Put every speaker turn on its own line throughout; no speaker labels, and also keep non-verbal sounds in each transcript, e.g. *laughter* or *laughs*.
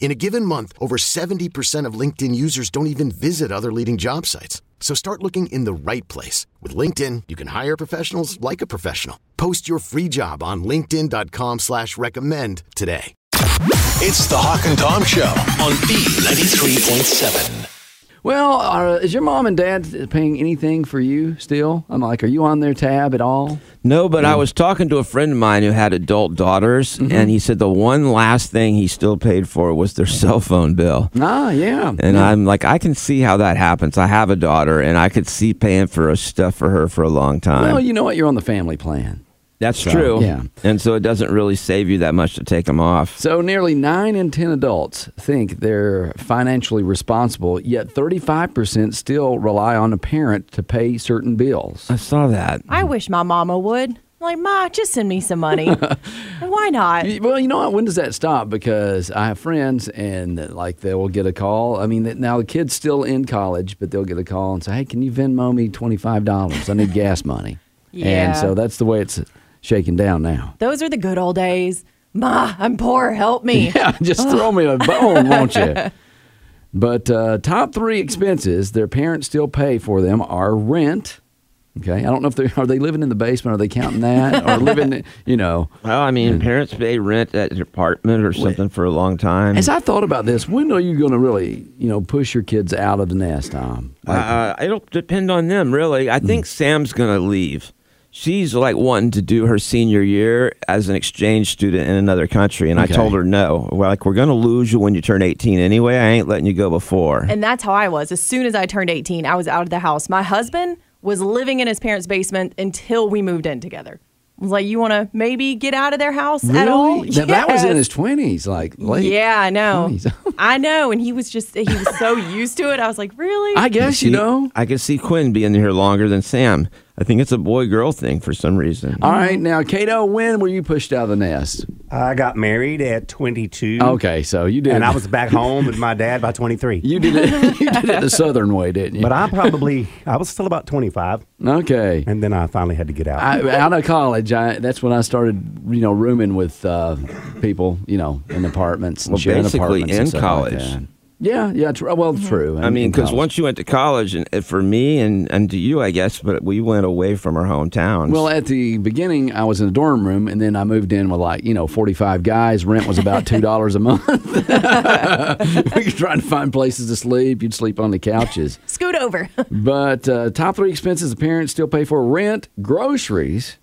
In a given month, over 70% of LinkedIn users don't even visit other leading job sites. So start looking in the right place. With LinkedIn, you can hire professionals like a professional. Post your free job on linkedin.com slash recommend today.
It's the Hawk and Tom Show on B93.7.
Well, are, is your mom and dad paying anything for you still? I'm like, are you on their tab at all?
No, but I was talking to a friend of mine who had adult daughters, and he said the one last thing he still paid for was their cell phone bill.
Ah, yeah.
And
yeah.
I'm like, I can see how that happens. I have a daughter, and I could see paying for stuff for her for a long time.
Well, you know what? You're on the family plan.
That's true.
Yeah.
And so it doesn't really save you that much to take them off.
So nearly nine in ten adults think they're financially responsible, yet 35% still rely on a parent to pay certain bills.
I saw that.
I wish my mama would. I'm like, Ma, just send me
*laughs*
some money. Why not?
Y- Well, you know what? When does that stop? Because I have friends, and like they will get a call. I mean, th- now the kid's still in college, but they'll get a call and say, "Hey, can you Venmo me twenty five dollars? I need gas money."
Yeah.
And so that's the way it's shaking down now. *laughs*
Those are the good old days. Ma, I'm poor. Help me.
Yeah, just throw me a bone, won't you? But uh, top three expenses their parents still pay for them are rent. Okay, I don't know if they are they living in the basement. Are they counting that or living? You know,
Well, I mean, parents pay rent at an apartment or something for a long time.
as I thought about this, when are you going to really you know push your kids out of the nest, Tom?
Uh, it'll depend on them, really. I
Mm.
think Sam's going to leave. She's like wanting to do her senior year as an exchange student in another country. And
Okay.
I told her, no. We're like, we're going to lose you when you turn 18 anyway. I ain't letting you go before.
And that's how I was. As soon as I turned 18, I was out of the house. My husband was living in his parents' basement until we moved in together. I was like, you want to maybe get out of their house at all?
That, that was in
Yes.
his twenties, like late.
Yeah, I know.
*laughs* 20s.
I know. And he was just, he was so used to it. I was like, really?
I guess you
See,
know.
I can see Quinn being here longer than Sam. I think it's a boy girl thing for some reason.
All right, now Cato, when were you pushed out of the nest?
Mm-hmm.
I got married at 22.
Okay, so you did.
And I was back home with my dad by 23.
*laughs* You did it. *laughs* You did it the southern way, didn't you?
But I probably, I was still about 25,
okay.
and then I finally had to get out.
I, out of college, I, that's when I started, you know, rooming with uh, people, you know, in apartments and
Well,
sharing
basically
apartments and
in
stuff like
college.
that. yeah, yeah. Tr- well,
Mm-hmm.
true.
I
in-
mean,
in
because
college.
once you went to college, and and for me and, and to you, I guess, but we went away from our hometowns.
Well, at the beginning, I was in a dorm room, and then I moved in with like you know forty-five guys. Rent was about two dollars a month. *laughs* we were trying to find places to sleep. You'd sleep on the couches.
Scoot over. *laughs*
But uh, top three expenses the parents still pay for rent, groceries,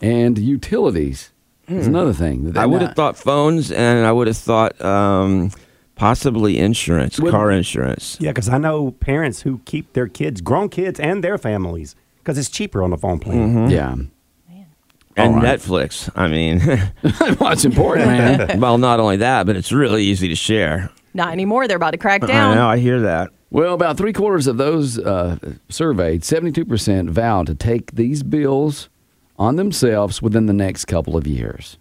and utilities. Is another thing. that they
I would
not-
have thought phones, and I would have thought um, possibly insurance,
Would-
car insurance.
yeah, because I know parents who keep their kids, grown kids, and their families, because it's cheaper on the phone plan.
Yeah. *laughs*
And
All right.
Netflix. I mean,
*laughs*
*laughs*
well, it's important, man.
well, not only that, but it's really easy to share.
Not anymore. They're about to crack
Uh,
I know,
down.
I hear that.
Well, about three quarters of those uh, surveyed, 72% vowed to take these bills on themselves within the next couple of years.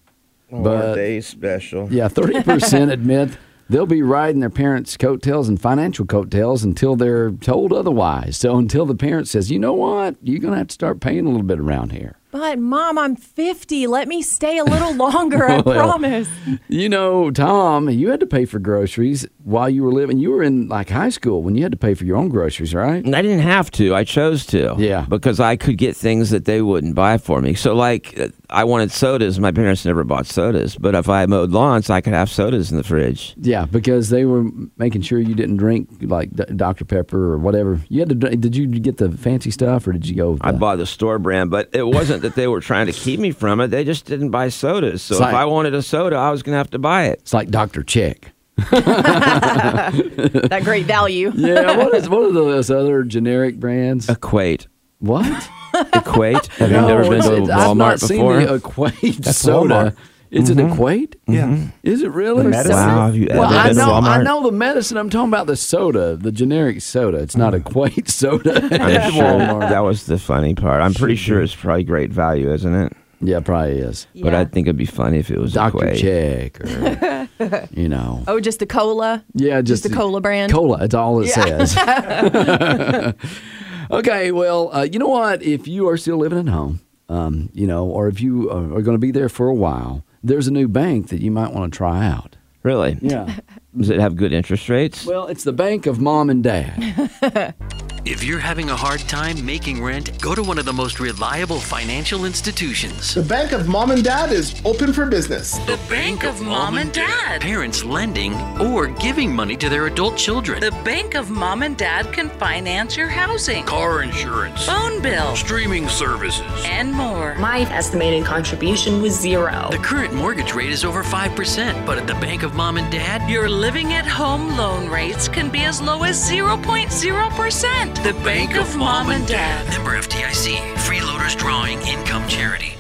But-
they special?
uh, Yeah, 30% admit they'll be riding their parents' coattails and financial coattails until they're told otherwise. So until the parent says, you know what, you're going to have to start paying a little bit around here.
But mom, I'm 50. Let me stay a little longer. I
Well.
promise.
You know, Tom, you had to pay for groceries while you were living. You were in like high school when you had to pay for your own groceries, right?
I didn't have to. I chose to.
Yeah.
Because I could get things that they wouldn't buy for me. So, like, uh, I wanted sodas. My parents never bought sodas. But if I mowed lawns, I could have sodas in the fridge.
Yeah, because they were making sure you didn't drink like D- Dr Pepper or whatever. You had to. dr- Did you get the fancy stuff or did you go? with
I
the-
bought the store brand, but it wasn't wasn't that they were trying to keep me from it. They just didn't buy sodas. So
It's like-
if I wanted a soda, I was going to have to buy it.
It's like Dr. Check.
that great value.
Yeah, *laughs* what is what are those other generic
Uh,
brands?
Equate.
What?
Equate. *laughs* Have you
No,
never been to
it's- I've not
Walmart before? Mm-hmm.
Seen the uh, equate
That's
soda.
Walmart.
It's an equate.
Yeah.
Is it really?
The medicine?
Wow, have you
Well,
ever
I
been to
know, I
Walmart?
know the medicine. I'm talking about the soda, the generic soda. It's not equate soda
I'm
at
Mm.
*laughs*
sure
Walmart.
that was the funny part. I'm pretty sure it's probably great value, isn't it?
yeah, probably is.
But
Yeah.
I think it'd be funny if it was
Dr.
Equate.
Check or,
*laughs*
you know.
Oh, just the cola.
Yeah, just,
the cola brand.
Cola. It's all it
Yeah.
says.
*laughs*
*laughs* okay, well, uh, you know what? If you are still living at home, um, you know, or if you are going to be there for a while, there's a new bank that you might want to try out.
Really?
*laughs*
Yeah.
Does it have good interest rates?
well, it's the bank of mom and
*laughs*
dad.
If you're having a hard time making rent, go to one of the most reliable financial institutions.
The Bank of Mom and Dad is open for business.
The Bank of Mom and Dad. Parents lending or giving money to their adult children.
The Bank of Mom and Dad can finance your housing,
car insurance,
phone bill,
streaming services.
and more.
My estimated contribution was zero.
The current mortgage rate is over 5%, but at the Bank of Mom and Dad,
Your living at home loan rates can be as low as 0.0%. The Bank of Mom and Dad.
member FDIC, freeloaders drawing income charity.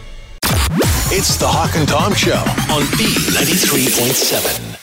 It's the Hawk and Tom Show on B93.7.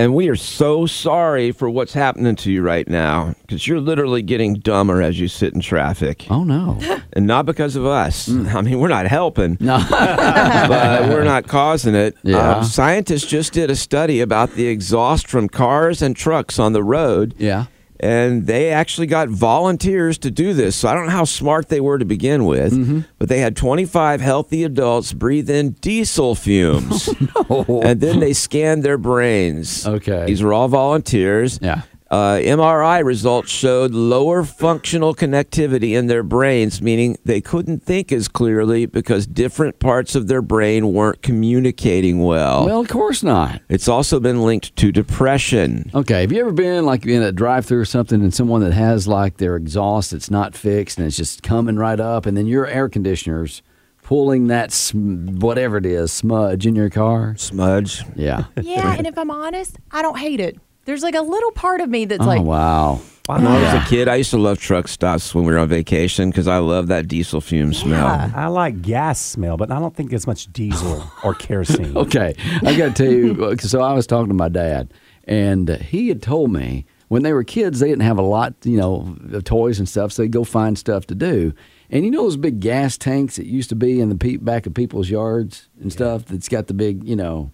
And we are so sorry for what's happening to you right now because you're literally getting dumber as you sit in traffic.
oh, no.
And not because of us. *laughs* I mean, we're not helping,
Mm. No.
*laughs* but we're not causing it. Uh,
Yeah.
scientists just did a study about the exhaust from cars and trucks on the road.
yeah.
and they actually got volunteers to do this. So I don't know how smart they were to begin with, but they had 25 healthy adults breathe in diesel fumes. And then they scanned their brains.
Okay.
These were all volunteers.
Yeah.
Uh, MRI results showed lower functional connectivity in their brains, meaning they couldn't think as clearly because different parts of their brain weren't communicating
Oh.
well.
Well, of course not.
it's also been linked to depression.
Okay, have you ever been like in a drive-through or something, and someone that has like their exhaust that's not fixed and it's just coming right up, and then your air conditioner's pulling that sm- whatever it is smudge in your car?
Smudge.
Yeah.
*laughs*
Yeah, and if I'm honest, I don't hate it. There's like a little part of me that's
oh
like,
wow.
When I was a kid, I used to love truck stops when we were on vacation because I love that diesel fume smell.
I like gas smell, but I don't think there's
*laughs*
much diesel or kerosene.
Okay, I got to tell you.
*laughs*
uh, So I was talking to my dad, and he had told me when they were kids they didn't have a lot, you know, of toys and stuff, so they'd go find stuff to do. And you know those big gas tanks that used to be in the pe- back of people's yards and stuff. That's got the big, you know,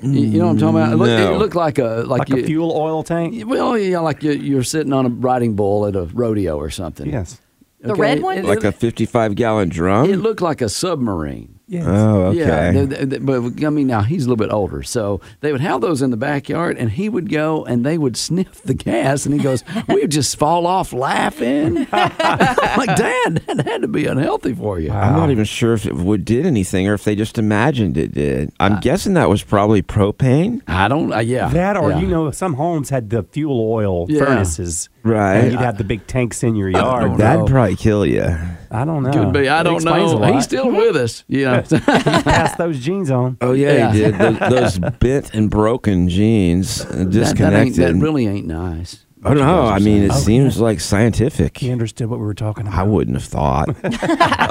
you, you know what I'm talking about. It looked, it
No.
looked like a like,
Like
you,
a fuel oil tank?
Well, yeah, like you, you're sitting on a riding bull at a rodeo or something.
Yes.
The red one?
It,
Like a 55 gallon
it
drum?
looked like a submarine.
Oh,
Yeah,
okay.
they- they- they- but I mean, now he's a little bit older, so they would have those in the backyard, and he would go and they would sniff the gas, and he goes, *laughs* "We would just fall off laughing." *laughs* I'm like, Dad, that had to be unhealthy for you.
I'm not even sure if it would did anything or if they just imagined it did.
Uh.
I'm guessing that was probably propane.
I don't. Uh, yeah,
That or,
yeah.
you know, some homes had the fuel oil
Yeah.
furnaces.
Right.
And you'd have the big tanks in your yard.
don't
That'd
know.
probably kill you.
I don't know.
could be. I
It
don't
explains a
know.
lot.
He's still with us. *laughs* Yeah,
Pass those jeans on.
Oh, yeah, he did.
*laughs*
Those, those bent and broken jeans, uh,
that, that, ain't,
disconnected.
that really ain't nice.
I don't know. I mean, it
Oh,
seems like scientific.
He understood what we were talking about.
I wouldn't have thought.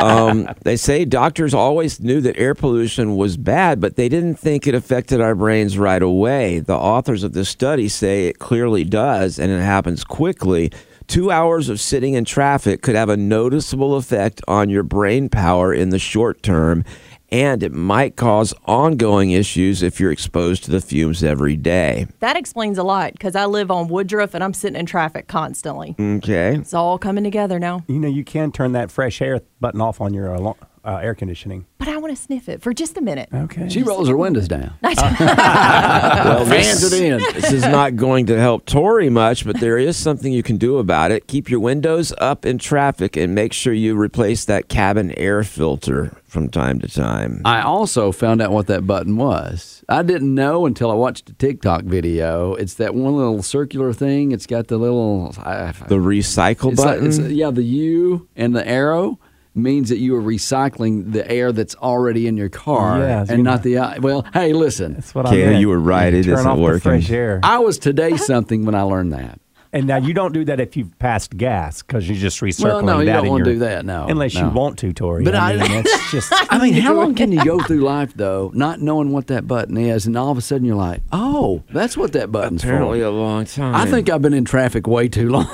um, they say doctors always knew that air pollution was bad, but they didn't think it affected our brains right away. The authors of this study say it clearly does, and it happens quickly. Two hours of sitting in traffic could have a noticeable effect on your brain power in the short term, and it might cause ongoing issues if you're exposed to the fumes every day.
that explains a lot because I live on Woodruff and I'm sitting in traffic constantly.
Okay.
It's all coming together now.
You know, you can turn that fresh air button off on your alarm, uh, air conditioning.
But I want to sniff it for just a minute.
Okay.
She rolls her windows down.
Well,
Fans it in.
this is not going to help Tory much, but there is something you can do about it. Keep your windows up in traffic and make sure you replace that cabin air filter from time to time.
I also found out what that button was. I didn't know until I watched a TikTok video. It's that one little circular thing. It's got the little I, I-
The recycle
it's like-
button.
it's- yeah, the U and the arrow. means that you are recycling the air that's already in your car
Yeah, it's
and not the the well. Hey, listen, that's
what I Yeah, meant. you were right. It Turn isn't off the working. fresh
air. I was *laughs* today something when I learned that.
And now you don't do that if you've passed gas because you're just recircling
Well, no, you
that.
don't
in
wanna
your-
do that, no,
unless
no.
you want to, Tori.
But I-
mean,
*laughs*
that's just.
I mean, how long can *laughs* you go through life though, not knowing what that button is, and all of a sudden you're like, "Oh, that's what that button's
Apparently
for."
a long time.
I think I've been in traffic way too
*laughs*
long. *laughs*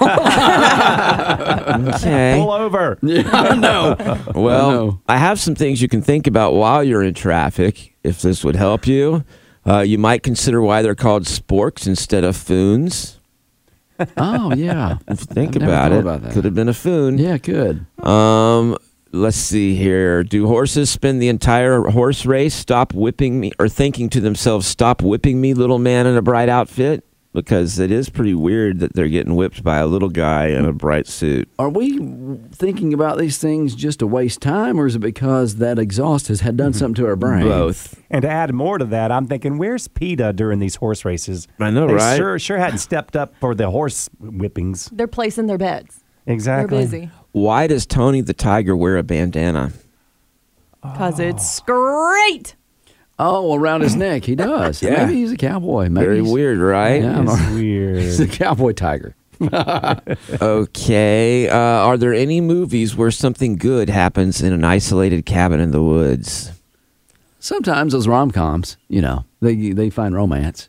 Okay.
Pull over.
I know.
Well,
I
I,
know.
have some things you can think about while you're in traffic. If this would help you, uh, you might consider why they're called sporks instead of foons.
Oh yeah.
Think
I've never
about
thought
it.
about that.
Could have been a foon.
Yeah, good.
Um, let's see here. Do horses spend the entire horse race stop whipping me or thinking to themselves, "Stop whipping me, little man in a bright outfit"? Because it is pretty weird that they're getting whipped by a little guy in a bright suit.
Are we thinking about these things just to waste time, or is it because that exhaust has had done something to our brain?
Mm-hmm. Both.
And to add more to that, I'm thinking, where's PETA during these horse races?
I know,
they
right?
Sure, sure hadn't stepped up for the horse whippings.
They're placing their beds.
Exactly.
They're busy
Why does Tony the Tiger wear a bandana?
because it's great.
Oh, around his neck, he does.
*laughs* Yeah.
Maybe he's a cowboy. Maybe
Very
he's-
weird, right?
Yeah, I'm all right. *laughs* he's a
weird.
cowboy tiger.
*laughs* okay. Uh, are there any movies where something good happens in an isolated cabin in the woods?
Sometimes those rom coms, you know, they they find romance.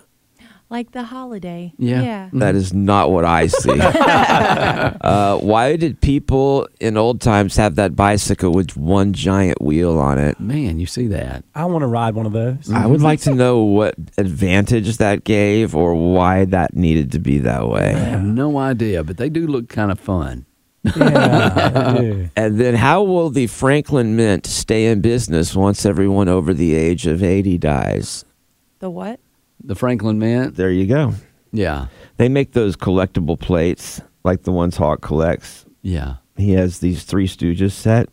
Like the holiday.
Yeah.
That is not what
*laughs*
I see. uh, why did people in old times have that bicycle with one giant wheel on it?
Man, you see that.
I want to ride one of those.
I would like to know what advantage that gave or why that needed to be that
I
way.
have no idea, but they do look kind of fun. *laughs*
And then how will the Franklin Mint stay in business once everyone over the age of 80 dies?
The what?
The Franklin Mint.
There you go.
Yeah.
They make those collectible plates like the ones Hawk collects.
Yeah.
He has these Three Stooges set.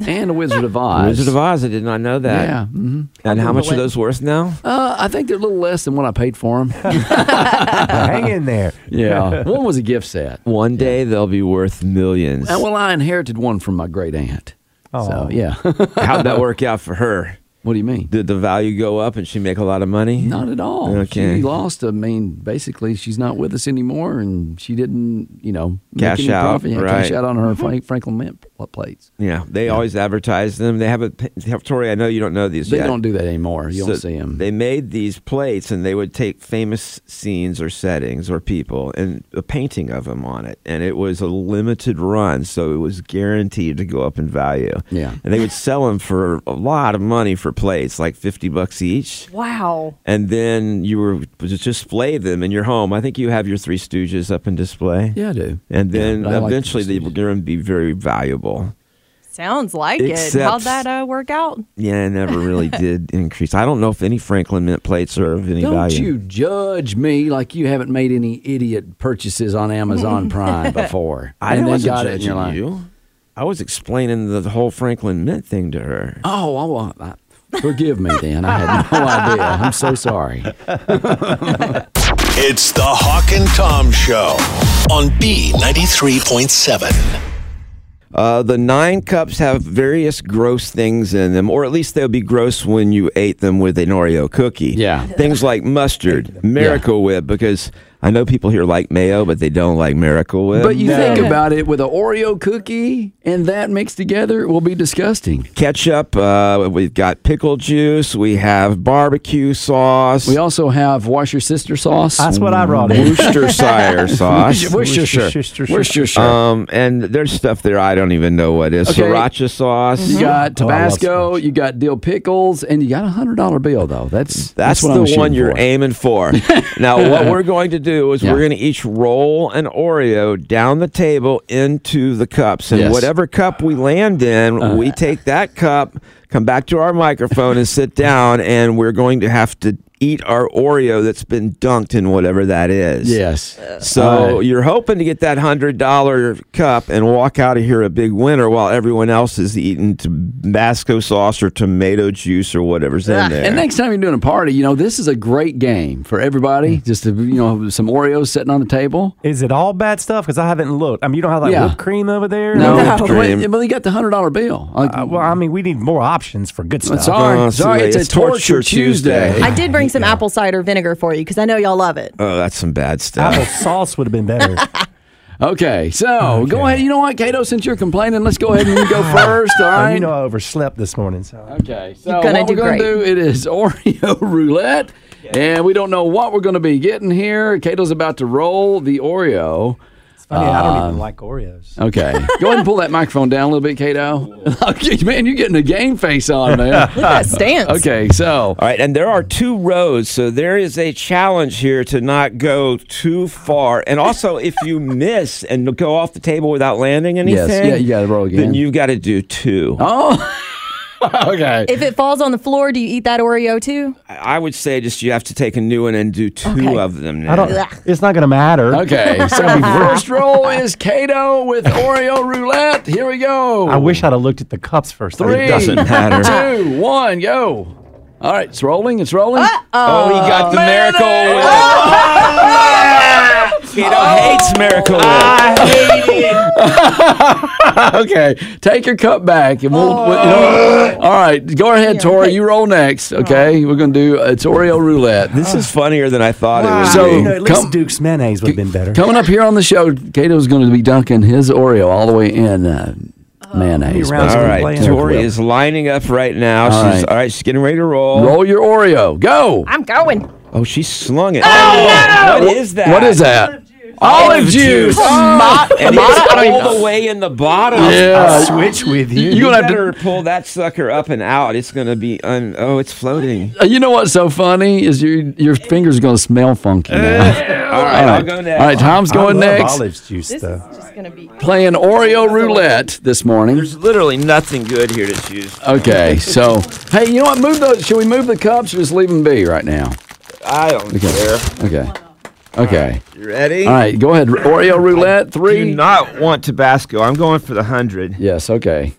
And a Wizard
*laughs*
of Oz.
Wizard of Oz, I did not know that.
Yeah. hmm
And how much are
Little
those worth now?
Uh, I think they're a little less than what I paid for
*laughs*
them.
Hang in there.
yeah. One was a gift set.
One day they'll be worth millions.
Uh, well, I inherited one from my great aunt. So,
Oh.
yeah.
*laughs*
*laughs*
How'd that work out for her?
what do you mean?
Did the value go up and she make a lot of money?
Not at all.
Okay.
She lost. I mean, basically, she's not with us anymore, and she didn't, you know, make
Cash
any
out,
profit. Yeah, Cash
right. Mm-hmm.
out on her Frank, Franklin Mint pl- plates.
Yeah, they always advertise them. They have a Tori. I know you don't know these.
They
yet.
don't do that anymore. You don't
So
see them.
They made these plates and they would take famous scenes or settings or people and a painting of them on it. And it was a limited run, so it was guaranteed to go up in value.
Yeah.
And they would sell them for a lot of money for plates, like 50 bucks each.
Wow.
And then you were just display them in your home. I think you have your Three Stooges up in display.
yeah, I do.
And
Yeah,
then
but I like
eventually
those
they
things.
were going to be very valuable.
Sounds like it.
Except-
How'd that uh, work out?
Yeah, it never
*laughs*
really did increase. I don't know if any Franklin Mint plates are of any
Don't
value.
you judge me like you haven't made any idiot purchases on
*laughs*
Amazon Prime before.
I
and then
wasn't
got it in
judging
your life.
you. I was explaining the whole Franklin Mint thing to her.
Oh, I, wa- I, forgive me then. I had no *laughs* idea. I'm so sorry.
It's the Hawk and Tom Show on B93.7.
Uh, the nine cups have various gross things in them, or at least they'll be gross when you ate them with an Oreo cookie.
Yeah.
Things like mustard, Miracle Whip, because I know people here like mayo, but they don't like Miracle Whip.
But you think about it with an Oreo cookie and that mixed together it will be disgusting.
ketchup, uh, we've got pickle juice, we have barbecue sauce,
We also have wash your sister sauce.
That's what I brought
*laughs*
*laughs*
in.
Worcestershire sauce.
Worcestershire.
Worcestershire.
Worcestershire.
Um, and there's stuff there I don't even know what is.
Okay. Mm-hmm.
Sriracha sauce.
you got
Oh, I love
Tabasco, you got dill pickles, and you got a hundred dollar bill though. That's that's,
That's,
what I'm
the one
shooting
you're
for.
aiming
*laughs*
for. now, what we're going to do is we're
Yeah.
going to each roll an Oreo down the table into the cups. And
Yes. Uh,
whatever cup we land in, we take that cup, come back to our microphone, and sit down. And we're going to have to eat our Oreo that's been dunked in whatever that is.
Yes.
So you're hoping to get that hundred dollar cup and walk out of here a big winner, while everyone else is eating Tabasco sauce or tomato juice or whatever's in there.
And next time you're doing a party, you know this is a great game for everybody. Just to, you know, some Oreos sitting on the table.
Is it all bad stuff? Because I haven't looked. I mean, you don't have like
Yeah.
whipped cream over there. uh,
No. No. Whipped cream. Wait, but they got the hundred dollar bill.
well, I mean, we need more options for good stuff.
Sorry, Oh, sorry, see, it's a it's Torture Torture Tuesday.
I did bring some apple cider vinegar for you because I know y'all love it.
Oh, that's some bad stuff.
Apple sauce would have
*laughs*
been better.
Okay, so go ahead. You know what, Cato? Since you're complaining, let's go ahead and
*laughs*
you go first. All
Oh,
right.
you know, I overslept this morning. So
Okay, so
gonna
what
do
we're going
great.
to do it is *laughs* Oreo roulette, and we don't know what we're going to be getting here. Cato's about to roll the Oreo. It's
funny, I don't even like Oreos.
Um, Okay, go ahead and pull that microphone down a little bit, Cato. *laughs* Okay, Man, you're getting a game face on, man.
*laughs*
Okay, so.
All right, and there are two roads, so there is a challenge here to not go too far. And also, if you miss and go off the table without landing anything,
Yes, yeah, you gotta roll again.
Then you've got to do two.
Oh, *laughs* okay.
If it falls on the floor, do you eat that Oreo too?
I would say just you have to take a new one and do two of them. Now.
I don't. It's not going to matter.
Okay, so
*laughs*
first roll is Cato with Oreo roulette. Here we go.
I wish I'd have looked at the cups first.
Three,
It
*laughs* Two, one, go. All right, it's rolling. It's rolling.
Oh, he got the miracle. Kato hates miracle.
okay, take your cup back, and we'll. we- you know- all right, go ahead, Tori. You roll next. Okay, we're gonna do it's Oreo roulette.
This is funnier than I thought it would
So
be.
at least Duke's mayonnaise would have been better.
coming up here on the show, Cato's going to be dunking his Oreo all the way in uh, mayonnaise.
All right, Tori is lining up right
All
now. she's
right.
all right. She's getting ready to roll.
Roll your Oreo. Go.
I'm going.
Oh, she slung it. Oh, What is that?
What is that? Olive juice. Oh.
Mott- and
Mott-
it's
I don't
all
even-
the way in the bottom.
Yeah. I'll
switch with you.
You
You're gonna have to-
better pull that sucker up and out. It's gonna be. Un- oh, it's floating.
Uh, You know what's so funny is your your fingers are going to smell funky. Now.
*laughs* All right, I'll go next.
All right, Tom's
I
going
love
next.
olive
juice,
this is just going to be playing Oreo roulette this morning.
There's literally nothing good here to choose. *laughs*
Okay, so hey, you know what? Move those. Should we move the cups or just leave them be right now?
I don't
Okay.
care.
Okay. Okay.
You ready?
All right, go ahead. Oreo roulette
Do
three.
not want Tabasco. I'm going for the hundred.
Yes. Okay.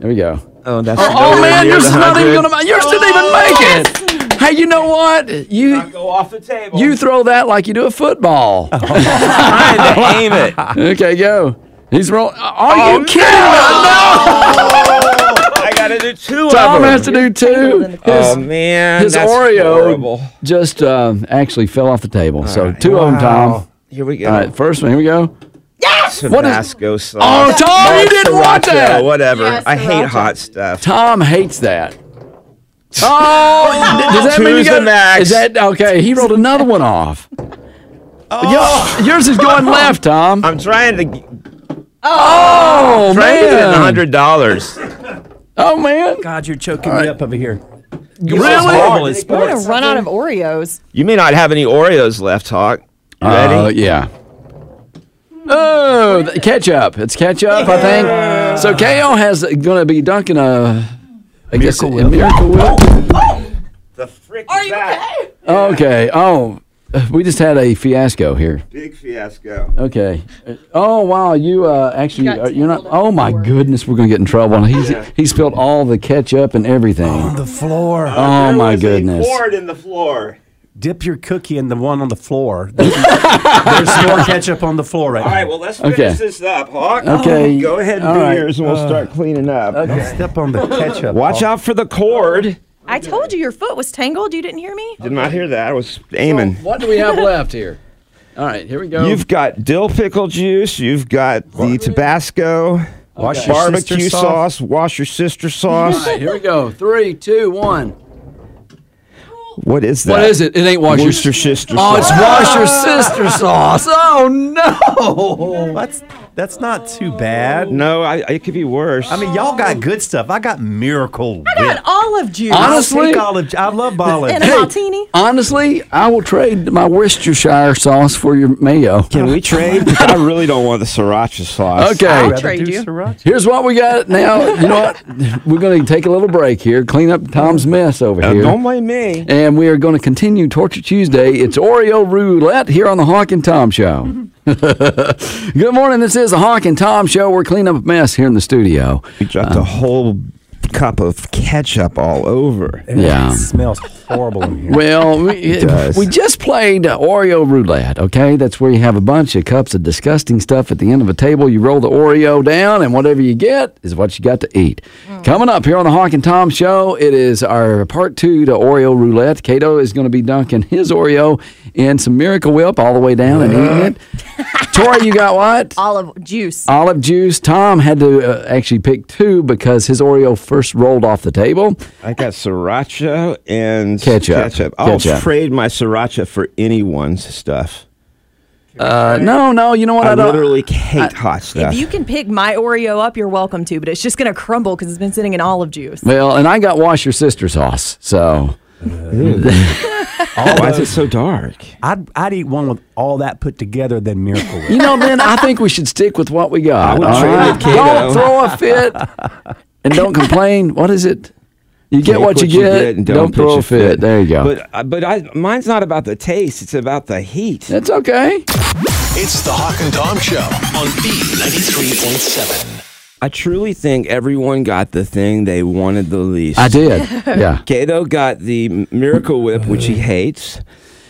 There we go.
Oh, that's.
Oh,
nowhere
man,
near
yours
the
is
Oh,
not even
100.
gonna. Yours didn't even make it. Hey, you know what? You
Go off the table.
you throw that like you do a football.
Oh. Trying to aim
*laughs*
it.
okay, go. He's rolling. Are
Oh,
you kidding
I gotta do two.
me? Tom
of 'em.
has to do two. His,
Oh man,
his
that's
Oreo
horrible.
just uh, actually fell off the table. so two of them,
Wow.
Tom.
Here we go.
All right, first one. Here we go.
Yes.
What is-
Tabasco sauce.
Oh, Tom, you didn't
Sriracha,
want that.
Whatever. I hate hot stuff.
Tom hates that. Oh, does that mean you
Two's the
got
max.
Is that okay? He rolled another one off. Yo- yours is
*laughs*
going left, Tom.
Oh. I'm trying to g-
Oh
trying to get in
man!
hundred dollars.
Oh man!
God, you're choking me up over here.
Really?
We're going to run out of Oreos.
You may not have any Oreos left, Hawk. You ready?
Uh, yeah. Oh, th- ketchup. It's ketchup, I think. So KO has going to be dunking a. I guess a
Miracle Whip.
miracle whip.
the frick Are you okay?
Okay. Oh, we just had a fiasco here.
Big fiasco.
Okay. Oh wow, you uh, actually uh, you're not. Oh my goodness, we're gonna get in trouble. He's he spilled all the ketchup and everything.
The floor.
Oh my goodness.
in the floor.
Dip your cookie in the one on the floor. *laughs* There's more ketchup on the floor right
All right,
now.
well, let's
Okay.
finish this up, Hawk.
Okay.
Go ahead and
All
do
right. Uh,
yours, and we'll start cleaning up.
Don't step on the ketchup.
Watch out for the cord.
I told you your foot was tangled. You didn't hear me?
Did not hear that. I was aiming.
What do we have left here? All right, here we go.
You've got dill pickle juice. You've got the Tabasco.
Wash your
Barbecue
sister
sauce. Wash your sister
All
sauce.
right, here we go. Three, two, one.
what is that?
What is it? It ain't wash your
Worcestershire sister
Oh, it's
sauce.
wash your sister sauce. Oh no!
What's
That's not too bad.
No, I, it could be worse.
I mean, y'all got good stuff. I got Miracle
I got olive juice.
Honestly, I, olive, I love olive
And a martini.
Honestly, I will trade my Worcestershire sauce for your mayo.
Can we trade? I really don't want the sriracha sauce.
Okay. I'll trade
you.
Here's what we got now. You know what? We're going to take a little break here, clean up Tom's mess over
Now,
here.
don't blame me.
And we are going to continue Torture Tuesday. It's Oreo Roulette here on the Hawk and Tom Show. *laughs* Good morning. This is the Hawk and Tom Show. We're cleaning up a mess here in the studio.
We dropped
Uh.
a whole cup of ketchup all over.
Yeah.
It smells horrible in
*laughs*
here.
Well, we,
does.
we just played uh, Oreo roulette, okay? That's where you have a bunch of cups of disgusting stuff at the end of a table. You roll the Oreo down, and whatever you get is what you got to eat.
Mm.
Coming up here on the Hawk and Tom Show, it is our part two to Oreo roulette. Cato is going to be dunking his Oreo in some Miracle Whip all the way down and
*laughs*
eating it. Tori, you got what?
Olive juice.
Olive juice. Tom had to uh, actually pick two because his Oreo first rolled off the table.
I got sriracha and
Ketchup.
I'll
Ketchup.
trade my sriracha for anyone's stuff.
Uh, no, no. You know what?
I,
I don't-
literally hate hot stuff.
If you can pick my Oreo up, you're welcome to, but it's just going to crumble because it's been sitting in olive juice.
Well, and I got wash your sister sauce. So
Why is it so dark?
I'd, I'd eat one with all that put together than Miracle
*laughs*
Whip.
you know, then I think we should stick with what we got.
I would
all
trade
right?
with Kato.
Don't throw a fit and don't complain. What is it? You get
Take
what, you, get.
and
don't
pitch
throw a fit. There you go.
But uh, but I, mine's not about the taste. It's about the heat.
That's okay.
It's the Hawk and Tom Show on B93.7.
I truly think everyone got the thing they wanted the least.
I did. Yeah.
Kato got the Miracle Whip, which he hates.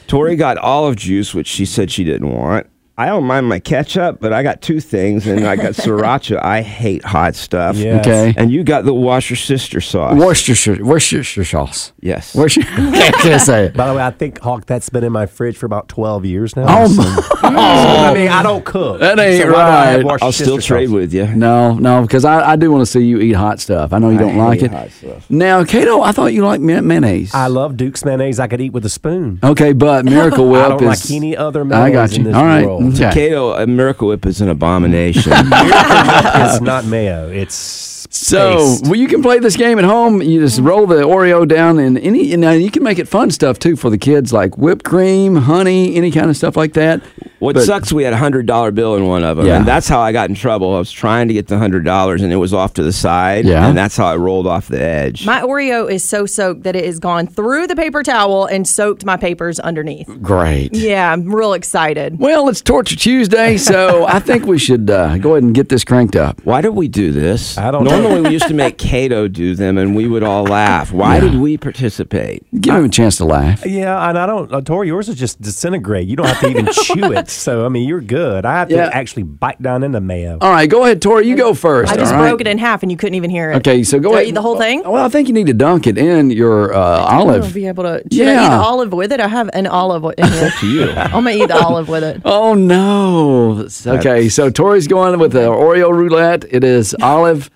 Tori got olive juice, which she said she didn't want. I don't mind my ketchup, but I got two things, and
*laughs*
I got sriracha. I hate hot stuff.
Yes.
Okay.
And you got the Washer Sister sauce.
Worcestershire, Worcestershire sauce.
yes.
Worcestershire. *laughs* I can't say
*laughs*
it.
By the way, I think Hawk, that's been in my fridge for about twelve years now.
Oh,
so-
my-
I mean, I don't cook.
That ain't
so why do I have
right.
Worcestershire
I'll still trade
sauce?
with you.
No, no, because I, I do want to see you eat hot stuff. I know you
I
don't like
hate
it.
hot stuff.
Now, Kato, I thought you liked may- mayonnaise.
I love Duke's mayonnaise. I could eat with a spoon.
okay, but Miracle Whip
I don't
is
like any other
I got
mayonnaise
you.
in this
All right.
world.
okay.
Kato, a Miracle Whip is
*laughs*
an abomination.
it's not mayo. It's
So
paste.
well, you can play this game at home. You just roll the Oreo down, and any and now you can make it fun stuff too for the kids, like whipped cream, honey, any kind of stuff like that.
What
But-
sucks, we had a hundred dollar bill in one of them,
Yeah.
and that's how I got in trouble. I was trying to get the hundred dollars, and it was off to the side,
Yeah.
and that's how I rolled off the edge.
My Oreo is so soaked that it has gone through the paper towel and soaked my papers underneath.
Great.
Yeah, I'm real excited.
Well, it's Torture Tuesday, so I think we should uh, go ahead and get this cranked up.
Why did we do this?
I don't know.
Normally, we used to make Cato do them, and we would all laugh. Why did we participate?
Give him a chance to laugh.
yeah, and I don't. Uh, Tori, yours is just disintegrate. You don't have to even chew it. So I mean, you're good. I have to
Yeah. Oh,
actually bite down into mayo.
All right, go ahead, Tori. You go first.
I just
all right?
broke it in half and you couldn't even hear it.
Okay, so go
Do I
ahead.
eat the whole thing? Oh,
Well, I think you need to dunk it in your uh,
I'm gonna
olive.
be able to. Should I eat
Yeah.
the olive with it? I have an olive in here.
You.
I'm gonna eat the olive with
*laughs*
it.
Oh no! Okay, so Tori's going with the Oreo roulette. It is olive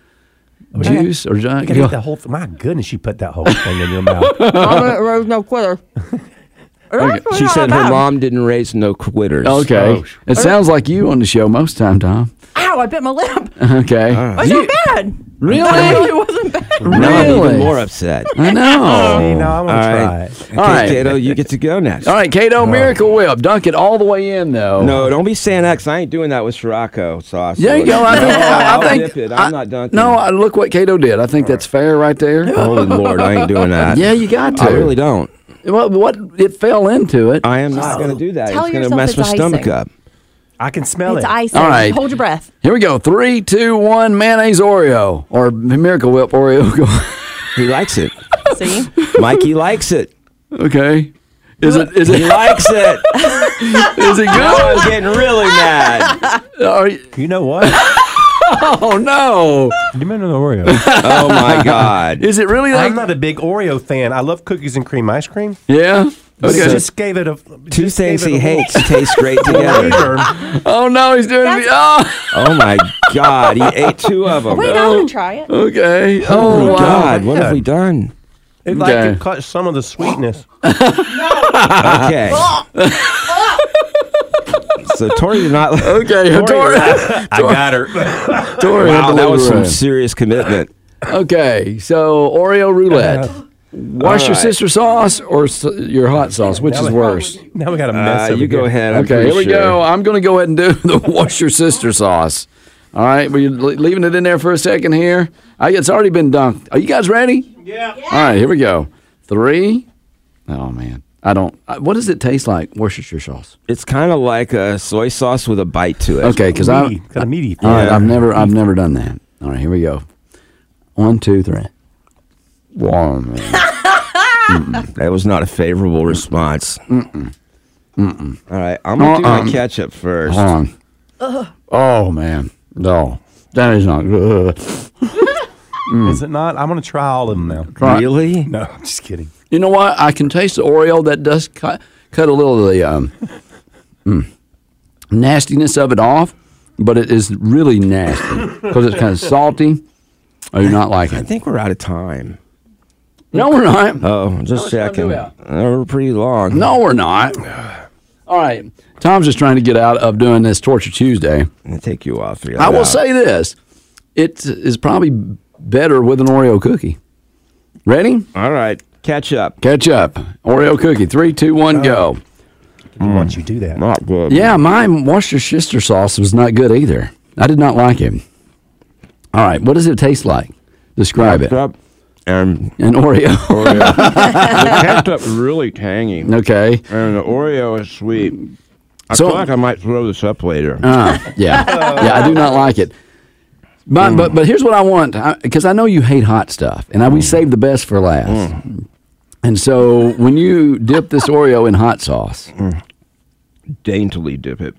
juice or
You gotta eat that whole. Th- my goodness, you put that whole thing in your mouth.
I'm gonna, no quitter.
She said her mom didn't raise no quitters. Oh,
Okay. It sounds like you on the show most time, Tom. *laughs*
Ow! I bit my lip.
Okay.
That's
You-
not bad.
Really?
*laughs* That really wasn't bad.
Now I'm
Really?
even more upset.
I
you
know.
know, I'm gonna try it.
Okay,
right.
Cato, you get to go next.
All right, Kato, Miracle Whip. Dunk it all the way in, though.
No, don't be saying that 'cause I ain't doing that with Sirocco sauce.
There you go. I think. I,
I'll
I think
dip it. I'm not dunking.
No, I, look what Kato did. I think that's fair right there.
Holy Lord, I ain't doing that.
Yeah, you got to.
I really Uh, don't.
Well, what it fell into it.
I am not going to do that.
Tell
it's going to
yourself
mess
it's
my stomach
icing.
up.
I can smell
It's
it.
icing.
All right.
Hold your breath.
Here we go. Three, two, one. Mayonnaise Oreo or Miracle Whip Oreo. *laughs* Go-
He likes it.
*laughs*
See?
Mikey likes it.
okay. Is it?
*laughs*
Is
He
it?
likes it.
Is it
I
good?
was getting really mad.
Are you-
You know what?
Oh no!
you remember the Oreo?
Oh my God.
Is it really that?
I'm not a big Oreo fan. I love cookies and cream ice cream.
yeah.
But it
Okay.
just gave it a
Two
just
things
gave it
he
a little
hates taste
*laughs*
great together.
*laughs* flavor.
Oh no, he's doing it. Oh.
Oh my God. He ate two of them.
Wait, I want to try it.
*laughs* Okay. Oh, wow.
God, what have we done?
It like
Okay.
it cut
*laughs*
some of the sweetness.
Okay. So Tori did not.
Okay, Tori. Tori.
I got
*laughs*
her.
Tori had
wow,
to
that
leave
was
the
some
room.
serious commitment.
Okay, so Oreo roulette. Wash
All
your
right.
sister sauce or s your hot sauce, which is worse?
Now we got a
Uh,
mess.
you go ahead. I'm
okay,
pretty
here we
sure.
go. I'm going to go ahead and do *laughs* the wash your sister sauce. All right, we're leaving it in there for a second here. I, it's already been dunked. Are you guys ready? Yeah. All right, here we go. Three. Oh man, I don't. I- What does it taste like? Worcestershire sauce.
It's kind of like a soy sauce with a bite to it.
Okay, because I
Meaty, kinda meaty.
All right, I've never I've never done that. All right, here we go. One, two, three. Wow, man. *laughs*
That was not a favorable response.
Mm-mm. Mm-mm.
All right, I'm gonna do
Uh-uh.
my ketchup first.
Hold on. Oh man, no, that is not good.
Is it not? I'm going to try all of them now.
Try-
Really?
No, I'm just kidding.
You know what? I can taste the Oreo. That does cut, cut a little of the um, mm, nastiness of it off, but it is really nasty because it's kind of salty. I do not like
I
it.
think we're out of time.
No, we're not.
Oh, just checking. Uh, We're pretty long.
No, we're not. All right. Tom's just trying to get out of doing this Torture Tuesday.
I'm gonna take you off. Figure
I
that
will
out.
say this it is probably better with an Oreo cookie. Ready?
All right, ketchup.
Catch up. Oreo cookie. Three, two, one,
Uh,
go.
Once you do that,
Not good.
Yeah, my Worcestershire sauce was not good either. I did not like it. All right, what does it taste like? Describe it.
Ketchup and
*laughs* An Oreo.
Oreo. the ketchup's really tangy, and
Okay.
the Oreo is sweet. I
So-
feel like I might throw this up later.
Uh, *laughs* yeah. Yeah, I do not like it. But but, but here's what I want because I, know you hate hot stuff, and I,
Mm.
we save the best for last. And so when you dip this Oreo in hot sauce,
Daintily dip it.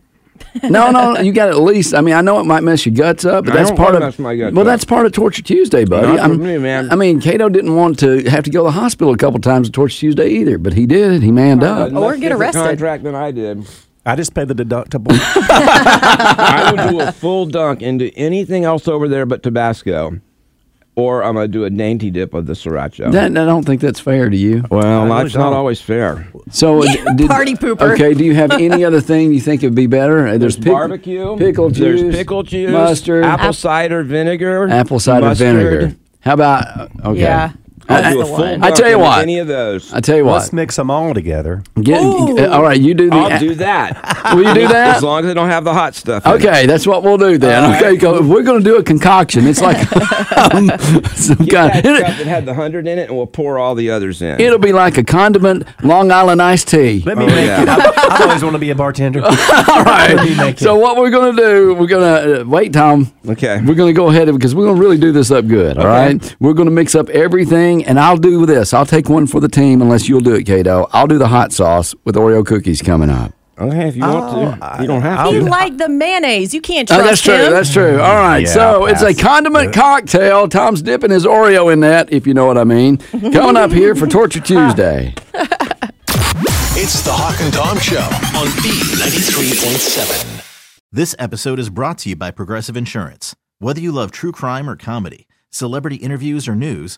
no, no, you got to at least. I mean, I know it might mess your guts up, but
I
that's
don't
part
wanna
of.
mess my guts
well,
up.
that's part of Torture Tuesday, buddy.
Not for
I'm-
me, man.
I mean, Cato didn't want to have to go to the hospital a couple times on Torture Tuesday either, but he did. He manned up.
Or get
different
arrested.
Contract than I did.
I just pay the *laughs* deductible.
I would do a full dunk into anything else over there but Tabasco, or I'm gonna do a dainty dip of the sriracha.
That, I don't think that's fair to you.
well,
I really
that's not
don't.
always fair.
So uh,
*laughs* You're a
did-
party pooper.
Okay, do you have any other thing you think would be better? Uh, There's, pic-
barbecue,
pickle juice,
there's pickle juice,
mustard,
apple cider vinegar,
apple cider
mustard.
vinegar. How about okay?
Yeah.
I,
I'll do a
That's the
full
one.
I tell
dunk
you
into
what.
Any of those.
I tell you what.
Let's mix them all together.
Get,
Ooh.
uh, all right, you do the.
I'll do that.
Will you *laughs*
*laughs*
do that?
As long as I don't have the hot stuff. in it.
Okay, that's what we'll do then.
All
okay,
right.
go, we're going to do a concoction. It's
*laughs*
like um, some
Get that
kind.
stuff that
It,
had the hundred in it, and we'll pour all the others in.
it'll be like a condiment Long Island iced tea.
Let me
Oh,
make
yeah.
it. I, I always want to be a bartender.
*laughs*
All
Let me
right.
make
So
it.
what we're going to do? We're going to uh, wait, Tom.
Okay.
We're going to go ahead because we're going to really do this up good. All
Okay.
right. We're going to mix up everything, and I'll do this. I'll take one for the team, unless you'll do it, Kato. I'll do the hot sauce with Oreo cookies coming up.
okay, if you want to, you don't have
He
to.
liked the mayonnaise. You can't
Oh,
trust
that's true.
him.
That's true. All right.
Yeah,
so
I'll
it's a
pass.
condiment cocktail. Tom's dipping his Oreo in that, if you know what I
*laughs*
mean. Coming up here for Torture Tuesday.
It's the Hawk and Tom Show on B93.7.
This episode is brought to you by Progressive Insurance. Whether you love true crime or comedy, celebrity interviews or news,